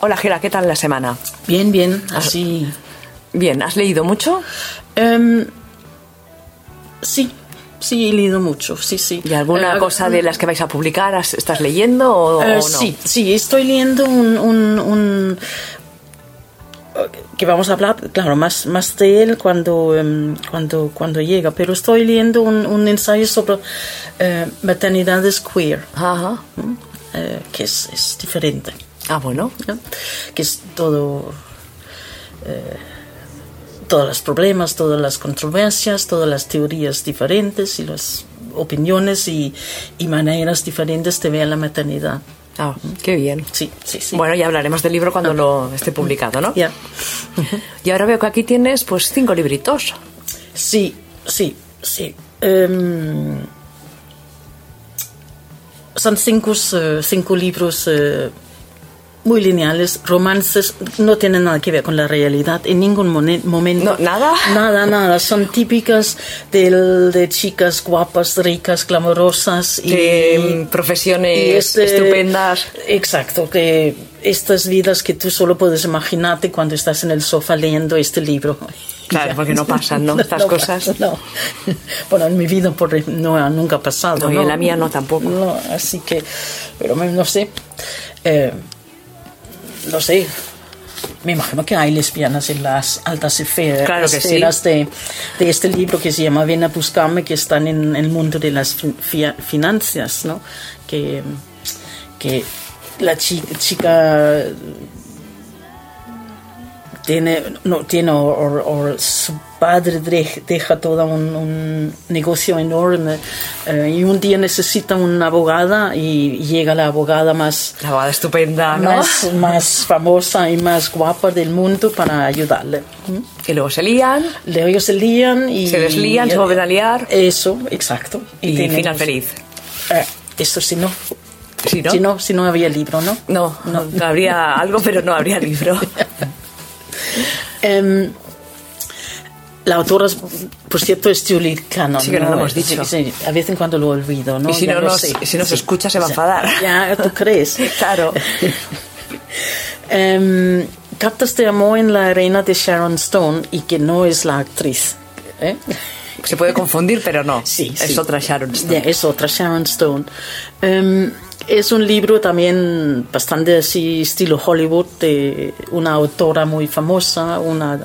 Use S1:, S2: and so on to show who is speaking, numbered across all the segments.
S1: Hola Gera, ¿qué tal la semana?
S2: Bien, bien, así.
S1: Bien, ¿has leído mucho?
S2: Em, sí, sí, he leído mucho, sí, sí.
S1: ¿Y alguna
S2: Eh,
S1: cosa
S2: eh,
S1: de las que vais a publicar has- estás leyendo o,
S2: eh,
S1: o no?
S2: Sí, sí, estoy leyendo un... un- un- que vamos a hablar, claro, más, más de él cuando, em, cuando, cuando llega, pero estoy leyendo un, un ensayo sobre eh, maternidades queer,
S1: Ajá.
S2: ¿no? Eh, que es, es diferente.
S1: Ah, bueno.
S2: ¿no? que es todo eh, todos los problemas todas las controversias todas las teorías diferentes y las opiniones y, y maneras diferentes de ver la maternidad
S1: Ah, qué bien.
S2: sí sí sí Ah.
S1: Bueno, ya hablaremos del libro cuando lo esté publicado, ¿no?
S2: Ya.
S1: Y ahora veo que aquí tienes pues cinco libritos.
S2: sí sí sí Em, son cinco eh, cinco libros eh, muy lineales, romances, no tienen nada que ver con la realidad en ningún mone- momento.
S1: No, ¿nada?
S2: Nada, nada. Son típicas del- de chicas guapas, ricas, clamorosas y, este
S1: De profesiones eh, estupendas.
S2: Exacto, que estas vidas que tú solo puedes imaginarte cuando estás en el sofá leyendo este libro.
S1: Claro, porque no pasan, ¿no? Estas cosas.
S2: pasan, No. Bueno, en mi vida por, no ha nunca pasado.
S1: No, y en la mía no tampoco.
S2: No, así que, pero me- no sé. Eh, no sé. Me imagino que hay lesbianas en las altas esfe- esferas,
S1: Claro que sí.
S2: de, de este libro que se llama Ven a buscarme, que están en el mundo de las fin- fia- finanzas, ¿no? Que, que la chi- chica tiene, no, tiene o, o- o su padre de- deja todo un, un negocio enorme eh, y un día necesita una abogada y llega la abogada más,
S1: La abogada estupenda, ¿no?
S2: más, más famosa y más guapa del mundo para ayudarle. ¿Mm?
S1: Que luego se lían.
S2: Luego ellos se lían y...
S1: Se deslían, se vuelven a liar.
S2: Eso, exacto.
S1: Y
S2: tenemos-
S1: final feliz.
S2: Eh, eso sí, no.
S1: Si no,
S2: Si no, si no había libro, ¿no?
S1: no, no habría algo, pero no habría libro.
S2: Em, la autora, por cierto, es Julie Cannon.
S1: Sí, que no lo hemos dicho.
S2: Sí, sí, a veces en cuando lo olvido, ¿no?
S1: Y si
S2: Ya
S1: no
S2: lo
S1: nos-
S2: sé.
S1: si nos
S2: Sí.
S1: escucha se va a
S2: Sí.
S1: enfadar.
S2: Ya, ¿tú crees?
S1: Claro.
S2: Em, Cartas de amor en la reina de Sharon Stone y que no es la actriz. ¿eh?
S1: Se puede confundir, pero no.
S2: Sí,
S1: Es
S2: sí.
S1: otra Sharon Stone.
S2: Ya, es otra Sharon Stone. Em, es un libro también bastante así, estilo Hollywood, de una autora muy famosa, una,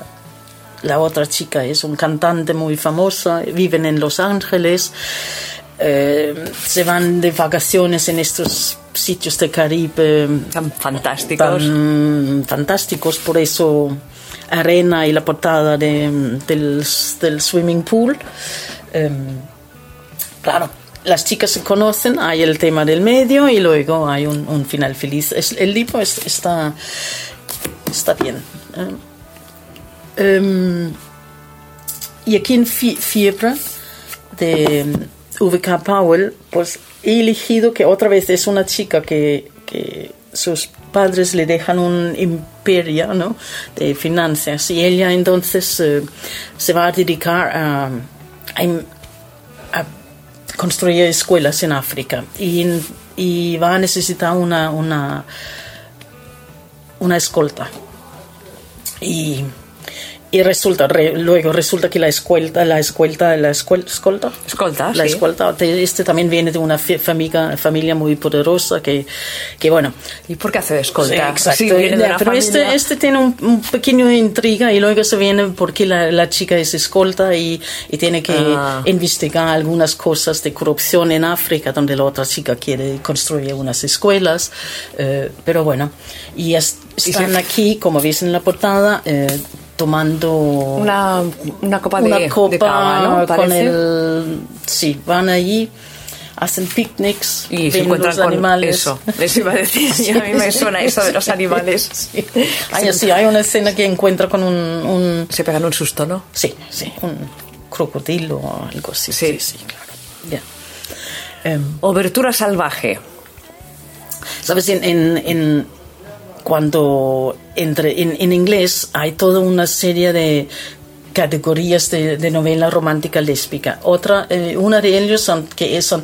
S2: la otra chica es un cantante muy famosa, viven en Los Ángeles, eh, se van de vacaciones en estos sitios de Caribe em,
S1: Tan fantásticos.
S2: tan fantásticos, por eso arena y la portada de- del, del swimming pool. Em, claro, las chicas se conocen, hay el tema del medio y luego hay un, un final feliz. Es- el libro es- está, está bien. ¿eh? Em, y aquí en Fi- Fiebre de VK Powell, pues he elegido que otra vez es una chica que, que sus padres le dejan un imperio ¿no? de finanzas y ella entonces eh, se va a dedicar a, a im- a construir escuelas en África y, y va a necesitar una, una, una escolta. Y, y resulta, re- luego resulta que la escolta, la escolta, la escuel- escolta,
S1: Escolta,
S2: la
S1: sí.
S2: escolta, de- este también viene de una fi- familia, familia muy poderosa que, que bueno,
S1: ¿Y por qué hace de escolta?
S2: Sí, exacto.
S1: Sí, viene de
S2: Ya,
S1: una
S2: pero este,
S1: familia-
S2: este tiene un, un pequeño intriga y luego se viene porque la, la chica es escolta y, y tiene que
S1: Ah.
S2: investigar algunas cosas de corrupción en África, donde la otra chica quiere construir unas escuelas. eh, pero bueno, y es-
S1: se-
S2: están aquí, como veis en la portada, eh, tomando
S1: Una, una copa de,
S2: una copa
S1: de cava, ¿no?
S2: con
S1: Parece.
S2: el... Sí, van allí, hacen picnics,
S1: Y se
S2: ven
S1: encuentran
S2: los
S1: con
S2: animales.
S1: eso. Les iba a decir, y a mí me suena eso de los animales.
S2: Sí. Hay, sí, hay una escena que encuentra con un, un-
S1: Se pegan un susto, ¿no?
S2: sí, sí, un crocodilo o algo así.
S1: Sí.
S2: Sí, sí, claro. Ya. Em,
S1: Obertura salvaje.
S2: Sabes, en, en- en- cuando entre en, en inglés hay toda una serie de categorías de, de novela romántica lésbica. Otra, eh, una de ellos son, que es son,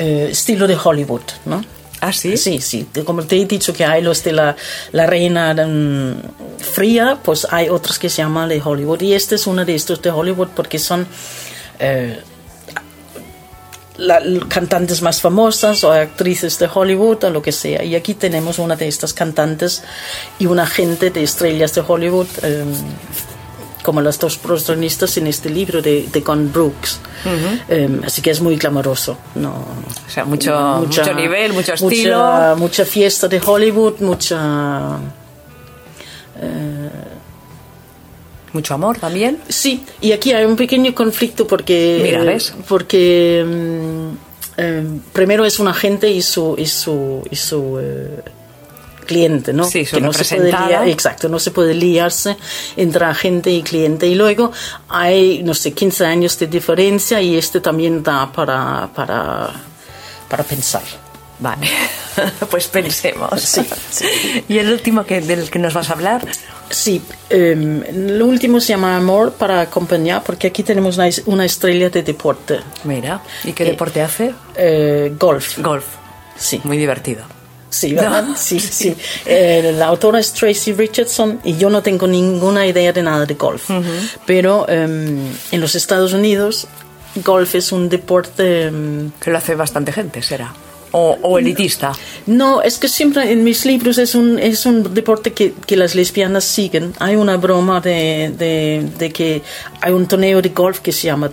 S2: eh, estilo de Hollywood, ¿no?
S1: ¿Ah, sí?
S2: Sí, sí. Como te he dicho que hay los de la, la reina mm, fría, pues hay otros que se llaman de Hollywood. Y este es uno de estos de Hollywood porque son eh, la- cantantes más famosas o actrices de Hollywood o lo que sea. Y aquí tenemos una de estas cantantes y una gente de estrellas de Hollywood. em, como las dos protagonistas en este libro de, de Con Brooks. Em, así que es muy clamoroso. No,
S1: O sea, mucho- mucho nivel, mucho
S2: mucha-
S1: estilo.
S2: Mucha, fiesta de Hollywood, mucha...
S1: Mucho amor también.
S2: Sí, y aquí hay un pequeño conflicto porque... eh,
S1: Mira, ¿ves?
S2: Porque em, em, primero es un agente y su... Y su, y su eh, cliente, ¿no?
S1: Sí, su
S2: no se puede
S1: representada.
S2: liar- exacto, no se puede liarse entre agente y cliente. Y luego hay, no sé, 15 años de diferencia y este también da para, para, para pensar.
S1: Vale, pues pensemos.
S2: Sí,
S1: Y el último que, del que nos vas a hablar,
S2: Sí, em, lo último se llama Amor para acompañar, porque aquí tenemos una, es- una estrella de deporte,
S1: mira, ¿y qué
S2: Eh,
S1: deporte hace?
S2: eh, golf.
S1: Golf.
S2: Sí,
S1: Muy divertido.
S2: sí, ¿verdad?
S1: No.
S2: Sí, sí. Eh, la autora es Tracy Richardson y yo no tengo ninguna idea de nada de golf, pero em, en los Estados Unidos golf es un deporte... em,
S1: Que lo hace bastante gente, será. O, o elitista.
S2: No, es que siempre en mis libros es un, es un deporte que, que las lesbianas siguen. Hay una broma de, de, de que hay un torneo de golf que se llama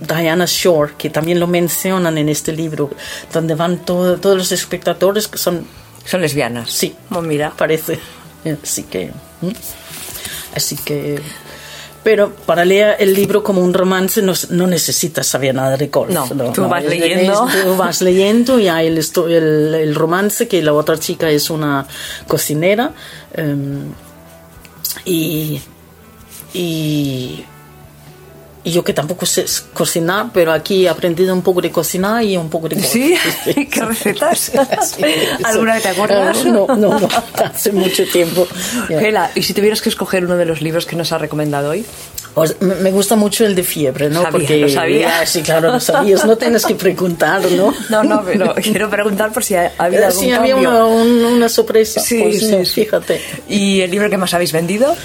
S2: Diana Shore, que también lo mencionan en este libro, donde van todo- todos los espectadores que son,
S1: Son lesbianas.
S2: sí,
S1: Oh, mira.
S2: parece. Así que... ¿m? Así que... Pero para leer el libro como un romance no, no necesitas saber nada de golf.
S1: No, tú vas leyendo.
S2: tú vas leyendo y hay el, esto- el- el romance que la otra chica es una cocinera em, y, y, y yo que tampoco sé s- cocinar, pero aquí he aprendido un poco de cocinar y un poco de golf.
S1: ¿Sí? ¿Qué recetas?
S2: Sí, eso.
S1: ¿Alguna que te acuerdas?
S2: No, no, no, hace mucho tiempo. Ya.
S1: Gela, ¿y si tuvieras que escoger uno de los libros que nos ha recomendado hoy?
S2: O sea, pues, me me gusta mucho el de fiebre, ¿no?
S1: Sabía, lo sabía.
S2: Ah, sí, claro, lo sabías. No tienes que preguntar, ¿no?
S1: No, no, pero quiero preguntar por si ha ha habido
S2: Eh,
S1: algún
S2: Sí, había
S1: cambio.
S2: una, un- una sorpresa.
S1: Sí,
S2: pues,
S1: sí,
S2: no,
S1: sí.
S2: fíjate.
S1: ¿Y el libro que más habéis vendido?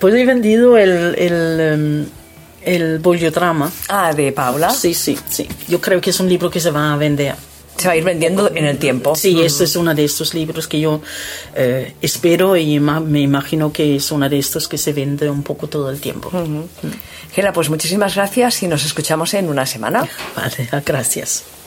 S2: Pues he vendido el, el, em, el boliodrama.
S1: Ah, de Paula.
S2: Sí, sí, sí. Yo creo que es un libro que se va a vender.
S1: Se va a ir vendiendo en el tiempo.
S2: Sí, este es uno de estos libros que yo eh, espero y ima- me imagino que es uno de estos que se vende un poco todo el tiempo.
S1: Gela, pues muchísimas gracias y nos escuchamos en una semana.
S2: Vale, gracias.